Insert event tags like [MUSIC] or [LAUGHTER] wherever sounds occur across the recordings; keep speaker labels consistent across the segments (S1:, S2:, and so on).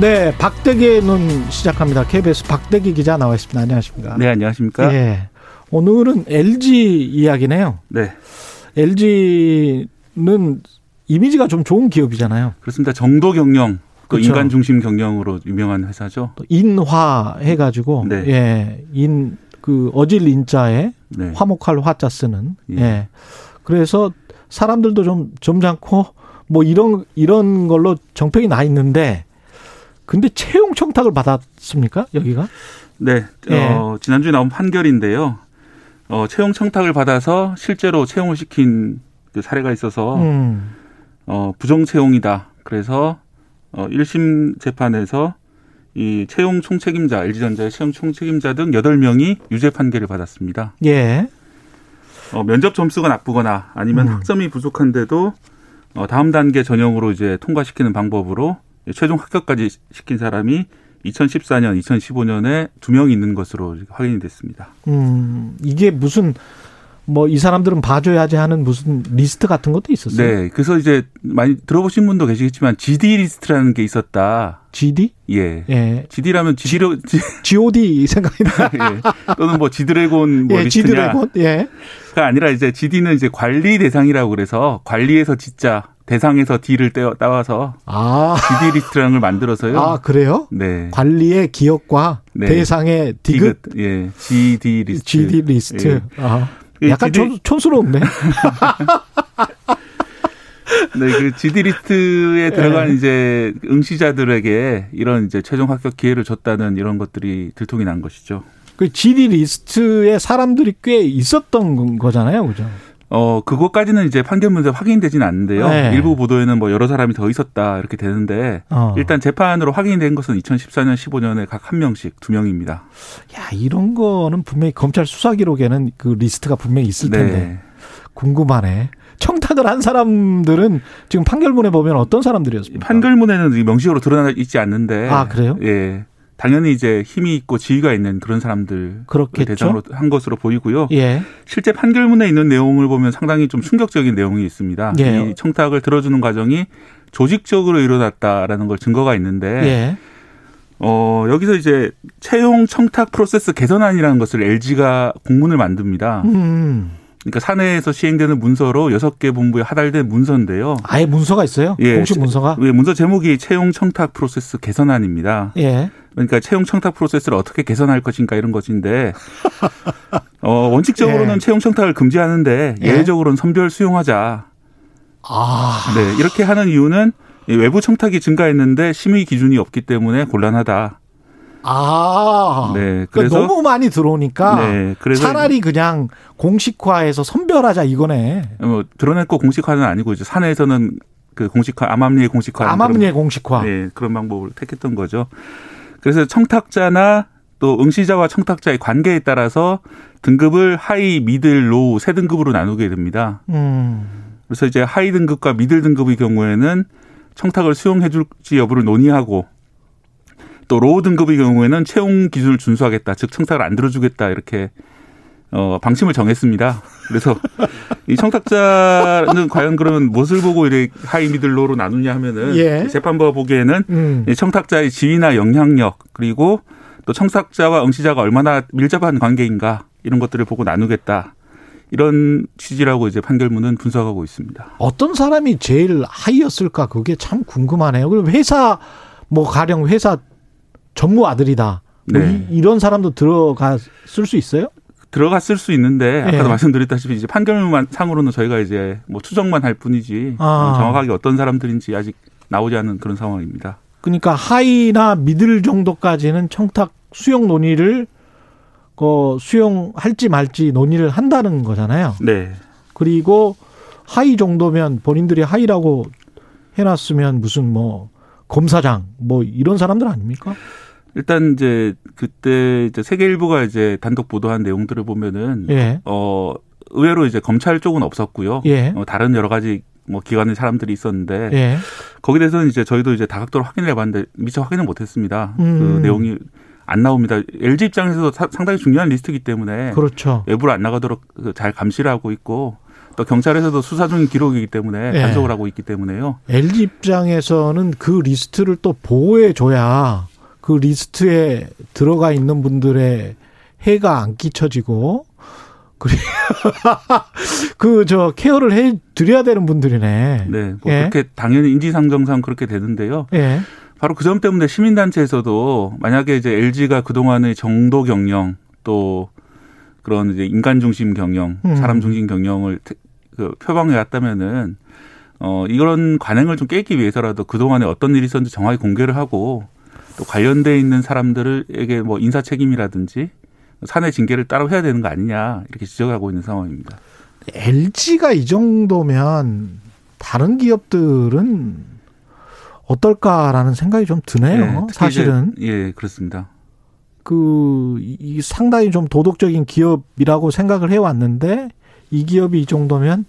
S1: 네, 박대기의 눈 시작합니다. KBS 박대기 기자 나와 있습니다. 안녕하십니까?
S2: 네, 안녕하십니까?
S1: 예. 오늘은 LG 이야기네요.
S2: 네,
S1: LG는 이미지가 좀 좋은 기업이잖아요.
S2: 그렇습니다. 정도 경영, 또
S1: 그렇죠.
S2: 인간 중심 경영으로 유명한 회사죠.
S1: 또 인화 해가지고
S2: 네.
S1: 예, 인 그 어질 인자에
S2: 네.
S1: 화목할 화자 쓰는 예.
S2: 예.
S1: 그래서 사람들도 좀 점잖고 뭐 이런 이런 걸로 정평이 나 있는데 근데 채용 청탁을 받았습니까 여기가?
S2: 네,
S1: 예.
S2: 어, 지난주에 나온 판결인데요. 어, 채용 청탁을 받아서 실제로 채용을 시킨 그 사례가 있어서
S1: 음.
S2: 어, 부정 채용이다. 그래서 어, 1심 재판에서 이 채용 총책임자, LG전자의 채용 총책임자 등 8명이 유죄 판결을 받았습니다.
S1: 예.
S2: 어, 면접 점수가 나쁘거나 아니면
S1: 음.
S2: 학점이 부족한데도 어, 다음 단계 전형으로 이제 통과시키는 방법으로 최종 합격까지 시킨 사람이 2014년, 2015년에 두 명 있는 것으로 확인이 됐습니다.
S1: 음, 이게 무슨 뭐 이 사람들은 봐줘야지 하는 무슨 리스트 같은 것도 있었어요.
S2: 네, 그래서 이제 많이 들어보신 분도 계시겠지만 GD 리스트라는 게 있었다.
S1: GD?
S2: 예.
S1: 예.
S2: GD라면 지로 [LAUGHS] 지-
S1: GOD 생각이 나.
S2: 예. 또는 뭐 지드래곤 뭐
S1: 예,
S2: 리스트냐가
S1: 지드래곤. 예.
S2: 아니라 이제 GD는 이제 관리 대상이라고 그래서 관리에서 진짜 대상에서 D를 떼어 따와서
S1: 아,
S2: GD 리스트라는 걸 만들어서요.
S1: 아 그래요?
S2: 네.
S1: 관리의 기억과
S2: 네.
S1: 대상의 디귿,
S2: 디귿. 예. GD 리스트.
S1: GD 리스트.
S2: 예.
S1: 아,
S2: 예,
S1: 약간
S2: GD
S1: 촌,
S2: [LAUGHS]
S1: 촌스러운데.
S2: 네, 그 GD
S1: 예.
S2: 리스트에 들어간 이제 응시자들에게 이런 이제 최종 합격 기회를 줬다는 이런 것들이 들통이 난 것이죠.
S1: 그 GD 리스트에 사람들이 꽤 있었던 건- 거잖아요, 그죠?
S2: 어, 그것까지는 이제 판결문에서 확인되진 않는데요.
S1: 네.
S2: 일부 보도에는 뭐 여러 사람이 더 있었다 이렇게 되는데
S1: 어.
S2: 일단 재판으로 확인된 것은 2014년, 15년에 각 한 명씩 두 명입니다.
S1: 야, 이런 거는 분명히 검찰 수사 기록에는 그 리스트가 분명히 있을 텐데.
S2: 네.
S1: 궁금하네. 청탁을 한 사람들은 지금 판결문에 보면 어떤 사람들이었습니까?
S2: 판결문에는 이 명시적으로 드러나 있지 않는데.
S1: 아, 그래요?
S2: 예. 당연히 이제 힘이 있고 지위가 있는 그런 사람들
S1: 그렇겠죠.
S2: 대상으로 한 것으로 보이고요.
S1: 예.
S2: 실제 판결문에 있는 내용을 보면 상당히 좀 충격적인 내용이 있습니다.
S1: 예.
S2: 이 청탁을 들어주는 과정이 조직적으로 일어났다라는 걸 증거가 있는데
S1: 예.
S2: 어, 여기서 이제 채용 청탁 프로세스 개선안이라는 것을 LG가 공문을 만듭니다.
S1: 음.
S2: 그러니까 사내에서 시행되는 문서로 여섯 개 본부에 하달된 문서인데요.
S1: 아예 문서가 있어요?
S2: 예.
S1: 공식 문서가?
S2: 예, 문서 제목이 채용 청탁 프로세스 개선안입니다.
S1: 예.
S2: 그러니까 채용 청탁 프로세스를 어떻게 개선할 것인가
S1: [LAUGHS]
S2: 이런 것인데 어, 원칙적으로는
S1: 예.
S2: 채용 청탁을 금지하는데
S1: 예.
S2: 예외적으로는 선별 수용하자.
S1: 아.
S2: 네, 이렇게 하는 이유는 이 외부 청탁이 증가했는데 심의 기준이 없기 때문에 곤란하다.
S1: 아.
S2: 네,
S1: 그러니까
S2: 그래서
S1: 너무 많이 들어오니까
S2: 네, 그래서
S1: 아, 차라리 그냥 공식화해서 선별하자 이거네.
S2: 뭐 드러냈고 공식화는 아니고 이제 사내에서는 그 공식화 암암리의 공식화
S1: 암암리의 공식화.
S2: 아, 네, 그런 방법을 택했던 거죠. 그래서 청탁자나 또 응시자와 청탁자의 관계에 따라서 등급을 하이, 미들, 로우 세 등급으로 나누게 됩니다.
S1: 음.
S2: 그래서 이제 하이 등급과 미들 등급의 경우에는 청탁을 수용해 줄지 여부를 논의하고 또 로우 등급의 경우에는 채용 기준을 준수하겠다. 즉 청탁을 안 들어주겠다. 이렇게 어, 방침을 정했습니다. 그래서 이 청탁자는 과연 그러면 무엇을 보고 이렇게 하이 미들 로우로 나누냐 하면은
S1: 예.
S2: 재판부가 보기에는
S1: 음.
S2: 이 청탁자의 지위나 영향력 그리고 또 청탁자와 응시자가 얼마나 밀접한 관계인가 이런 것들을 보고 나누겠다 이런 취지라고 이제 판결문은 분석하고 있습니다.
S1: 어떤 사람이 제일 하이였을까 그게 참 궁금하네요. 그럼 회사 뭐 가령 회사 전무 아들이다. 뭐
S2: 네.
S1: 이, 런 사람도 들어갔을 수 있어요?
S2: 들어갔을 수 있는데 아까도
S1: 예.
S2: 말씀드렸다시피 이제 판결문 상으로는 저희가 이제 뭐 추정만 할 뿐이지 뭐
S1: 아.
S2: 정확하게 어떤 사람들인지 아직 나오지 않은 그런 상황입니다.
S1: 그러니까 하이나 미들 정도까지는 청탁 수용 논의를 그 수용할지 말지 논의를 한다는 거잖아요.
S2: 네.
S1: 그리고 하이 정도면 본인들이 하이라고 해놨으면 무슨 뭐 검사장 뭐 이런 사람들 아닙니까?
S2: 일단 이제 그때 이제 세계일보가 이제 단독 보도한 내용들을 보면은
S1: 예.
S2: 어 의외로 이제 검찰 쪽은 없었고요.
S1: 예.
S2: 어, 다른 여러 가지 뭐 기관의 사람들이 있었는데
S1: 예.
S2: 거기 대해서는 이제 저희도 이제 다각도로 확인을 해봤는데 미처 확인을 못했습니다.
S1: 음.
S2: 그 내용이 안 나옵니다. LG 입장에서도 사- 상당히 중요한 리스트이기 때문에
S1: 그렇죠.
S2: 외부로 안 나가도록 그 잘 감시를 하고 있고 또 경찰에서도 수사 중인 기록이기 때문에
S1: 예.
S2: 단속을 하고 있기 때문에요.
S1: LG 입장에서는 그 리스트를 또 보호해 줘야 그 리스트에 들어가 있는 분들의 해가 안 끼쳐지고 [LAUGHS] 그그저 케어를 해 드려야 되는 분들이네.
S2: 네, 뭐
S1: 예.
S2: 그렇게 당연히 인지상정상 그렇게 되는데요.
S1: 예.
S2: 바로 그 점 때문에 시민단체에서도 만약에 이제 LG가 그동안의 정도 경영 또 그런 이제 인간 중심 경영,
S1: 음.
S2: 사람 중심 경영을 태- 그 표방해 왔다면은 어 이런 관행을 좀 깨기 위해서라도 그동안에 어떤 일이 있었는지 정확히 공개를 하고 또 관련돼 있는 사람들에게 뭐 인사 책임이라든지 사내 징계를 따로 해야 되는 거 아니냐 이렇게 지적하고 있는 상황입니다.
S1: LG가 이 정도면 다른 기업들은 어떨까라는 생각이 좀
S2: 예,
S1: 드네요. 어,
S2: 특히
S1: 사실은
S2: 이제- 예 그렇습니다.
S1: 그, 이- 이 상당히 좀 도덕적인 기업이라고 생각을 해왔는데, 이 기업이 이 정도면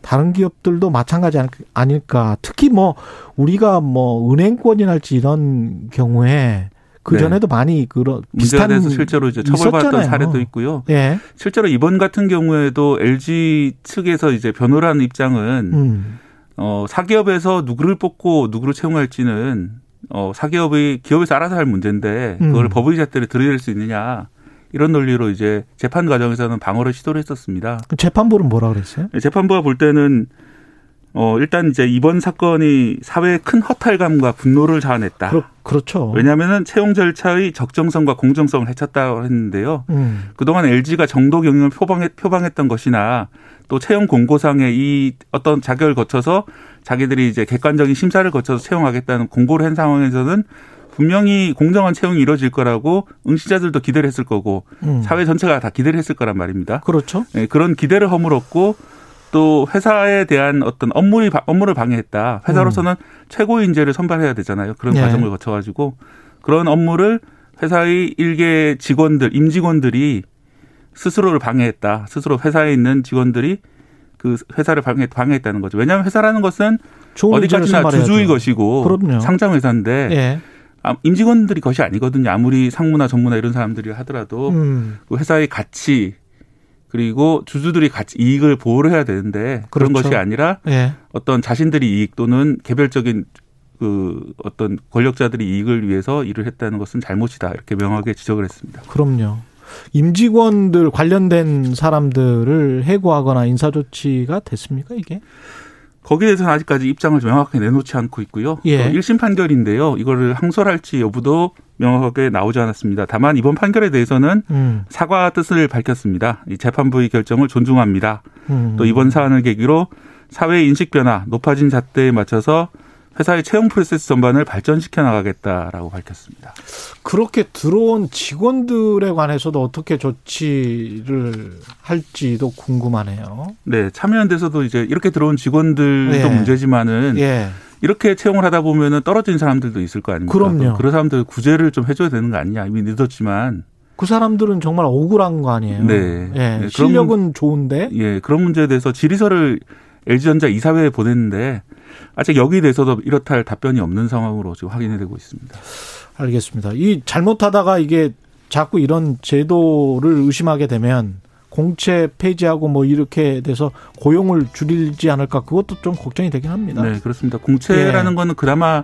S1: 다른 기업들도 마찬가지 않- 아닐까. 특히 뭐, 우리가 뭐, 은행권이랄지 이런 경우에, 그전에도 많이 그런,
S2: 문제가
S1: 비슷한.
S2: 돼서 네. 실제로 이제 처벌받았던
S1: 있었잖아요.
S2: 사례도 있고요.
S1: 예.
S2: 실제로 이번 같은 경우에도 LG 측에서 이제 변호라는 입장은
S1: 음.
S2: 어 사기업에서 누구를 뽑고 누구를 채용할지는 어 사기업의 기업에서 알아서 할 문제인데
S1: 음.
S2: 그걸 법의 잣대로 들여댈 수 있느냐 이런 논리로 이제 재판 과정에서는 방어를 시도를 했었습니다.
S1: 그 재판부는 뭐라 그랬어요?
S2: 재판부가 볼 때는 어 일단 이제 이번 사건이 사회의 큰 허탈감과 분노를 자아냈다.
S1: 그렇, 그렇죠.
S2: 왜냐하면은 채용 절차의 적정성과 공정성을 해쳤다고 했는데요.
S1: 음.
S2: 그동안 LG가 정도 경영을 표방했, 표방했던 것이나 또 채용 공고상에 이 어떤 자격을 거쳐서 자기들이 이제 객관적인 심사를 거쳐서 채용하겠다는 공고를 한 상황에서는 분명히 공정한 채용이 이루어질 거라고 응시자들도 기대를 했을 거고
S1: 음.
S2: 사회 전체가 다 기대를 했을 거란 말입니다.
S1: 그렇죠.
S2: 예, 그런 기대를 허물었고 또 회사에 대한 어떤 업무를 바- 업무를 방해했다. 회사로서는
S1: 음.
S2: 최고 인재를 선발해야 되잖아요. 그런
S1: 예.
S2: 과정을 거쳐가지고 그런 업무를 회사의 일개 직원들 임직원들이 스스로를 방해했다. 스스로 회사에 있는 직원들이 그 회사를 방해, 방해했다는 거죠. 왜냐하면 회사라는 것은
S1: 좋은 인재를
S2: 어디까지나
S1: 선발해야죠.
S2: 주주의 것이고
S1: 그럼요.
S2: 상장 회사인데
S1: 예.
S2: 아, 임직원들이 것이 아니거든요. 아무리 상무나 전무나 이런 사람들이 하더라도
S1: 음.
S2: 그 회사의 가치 그리고 주주들이 가치 이익을 보호를 해야 되는데 그런
S1: 그렇죠.
S2: 것이 아니라
S1: 예.
S2: 어떤 자신들이 이익 또는 개별적인 그 어떤 권력자들이 이익을 위해서 일을 했다는 것은 잘못이다 이렇게 명확하게 지적을 했습니다.
S1: 그럼요. 임직원들 관련된 사람들을 해고하거나 인사조치가 됐습니까 이게?
S2: 거기에 대해서는 아직까지 입장을 명확하게 내놓지 않고 있고요.
S1: 예.
S2: 또 1심 판결인데요. 이거를 항소를 할지 여부도 명확하게 나오지 않았습니다. 다만 이번 판결에 대해서는
S1: 음,
S2: 사과 뜻을 밝혔습니다. 이 재판부의 결정을 존중합니다.
S1: 음.
S2: 또 이번 사안을 계기로 사회 의 인식 변화, 높아진 잣대에 맞춰서 회사의 채용 프로세스 전반을 발전시켜 나가겠다라고 밝혔습니다.
S1: 그렇게 들어온 직원들에 관해서도 어떻게 조치를 할지도 궁금하네요.
S2: 네, 참여연대에서도 이제 이렇게 들어온 직원들도
S1: 예.
S2: 문제지만은
S1: 예,
S2: 이렇게 채용을 하다 보면은 떨어진 사람들도 있을 거 아닙니까?
S1: 그럼요.
S2: 런 사람들 구제를 좀 해줘야 되는 거 아니냐 이미 늦었지만
S1: 그 사람들은 정말 억울한 거 아니에요.
S2: 네.
S1: 예,
S2: 네,
S1: 실력은 좋은데
S2: 예 그런 문제에 대해서 질의서를 LG전자 이사회에 보냈는데 아직 여기에 대해서도 이렇다 할 답변이 없는 상황으로 지금 확인이 되고 있습니다.
S1: 알겠습니다. 이 잘못하다가 이게 자꾸 이런 제도를 의심하게 되면 공채 폐지하고 뭐 이렇게 돼서 고용을 줄이지 않을까 그것도 좀 걱정이 되긴 합니다.
S2: 네, 그렇습니다. 공채라는
S1: 예.
S2: 거는 그나마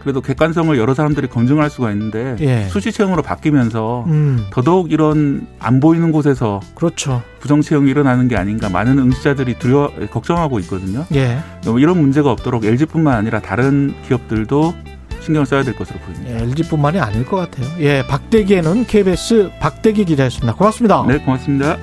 S2: 그래도 객관성을 여러 사람들이 검증할 수가 있는데
S1: 예.
S2: 수시 채용으로 바뀌면서
S1: 음,
S2: 더더욱 이런 안 보이는 곳에서
S1: 그렇죠.
S2: 부정 채용이 일어나는 게 아닌가 많은 응시자들이 두려 걱정하고 있거든요. 뭐
S1: 예.
S2: 이런 문제가 없도록 LG뿐만 아니라 다른 기업들도 신경을 써야 될 것으로 보입니다.
S1: 예, LG뿐만이 아닐 것 같아요. 예, 박대기에는 KBS 박대기 기자였습니다. 고맙습니다.
S2: 네, 고맙습니다.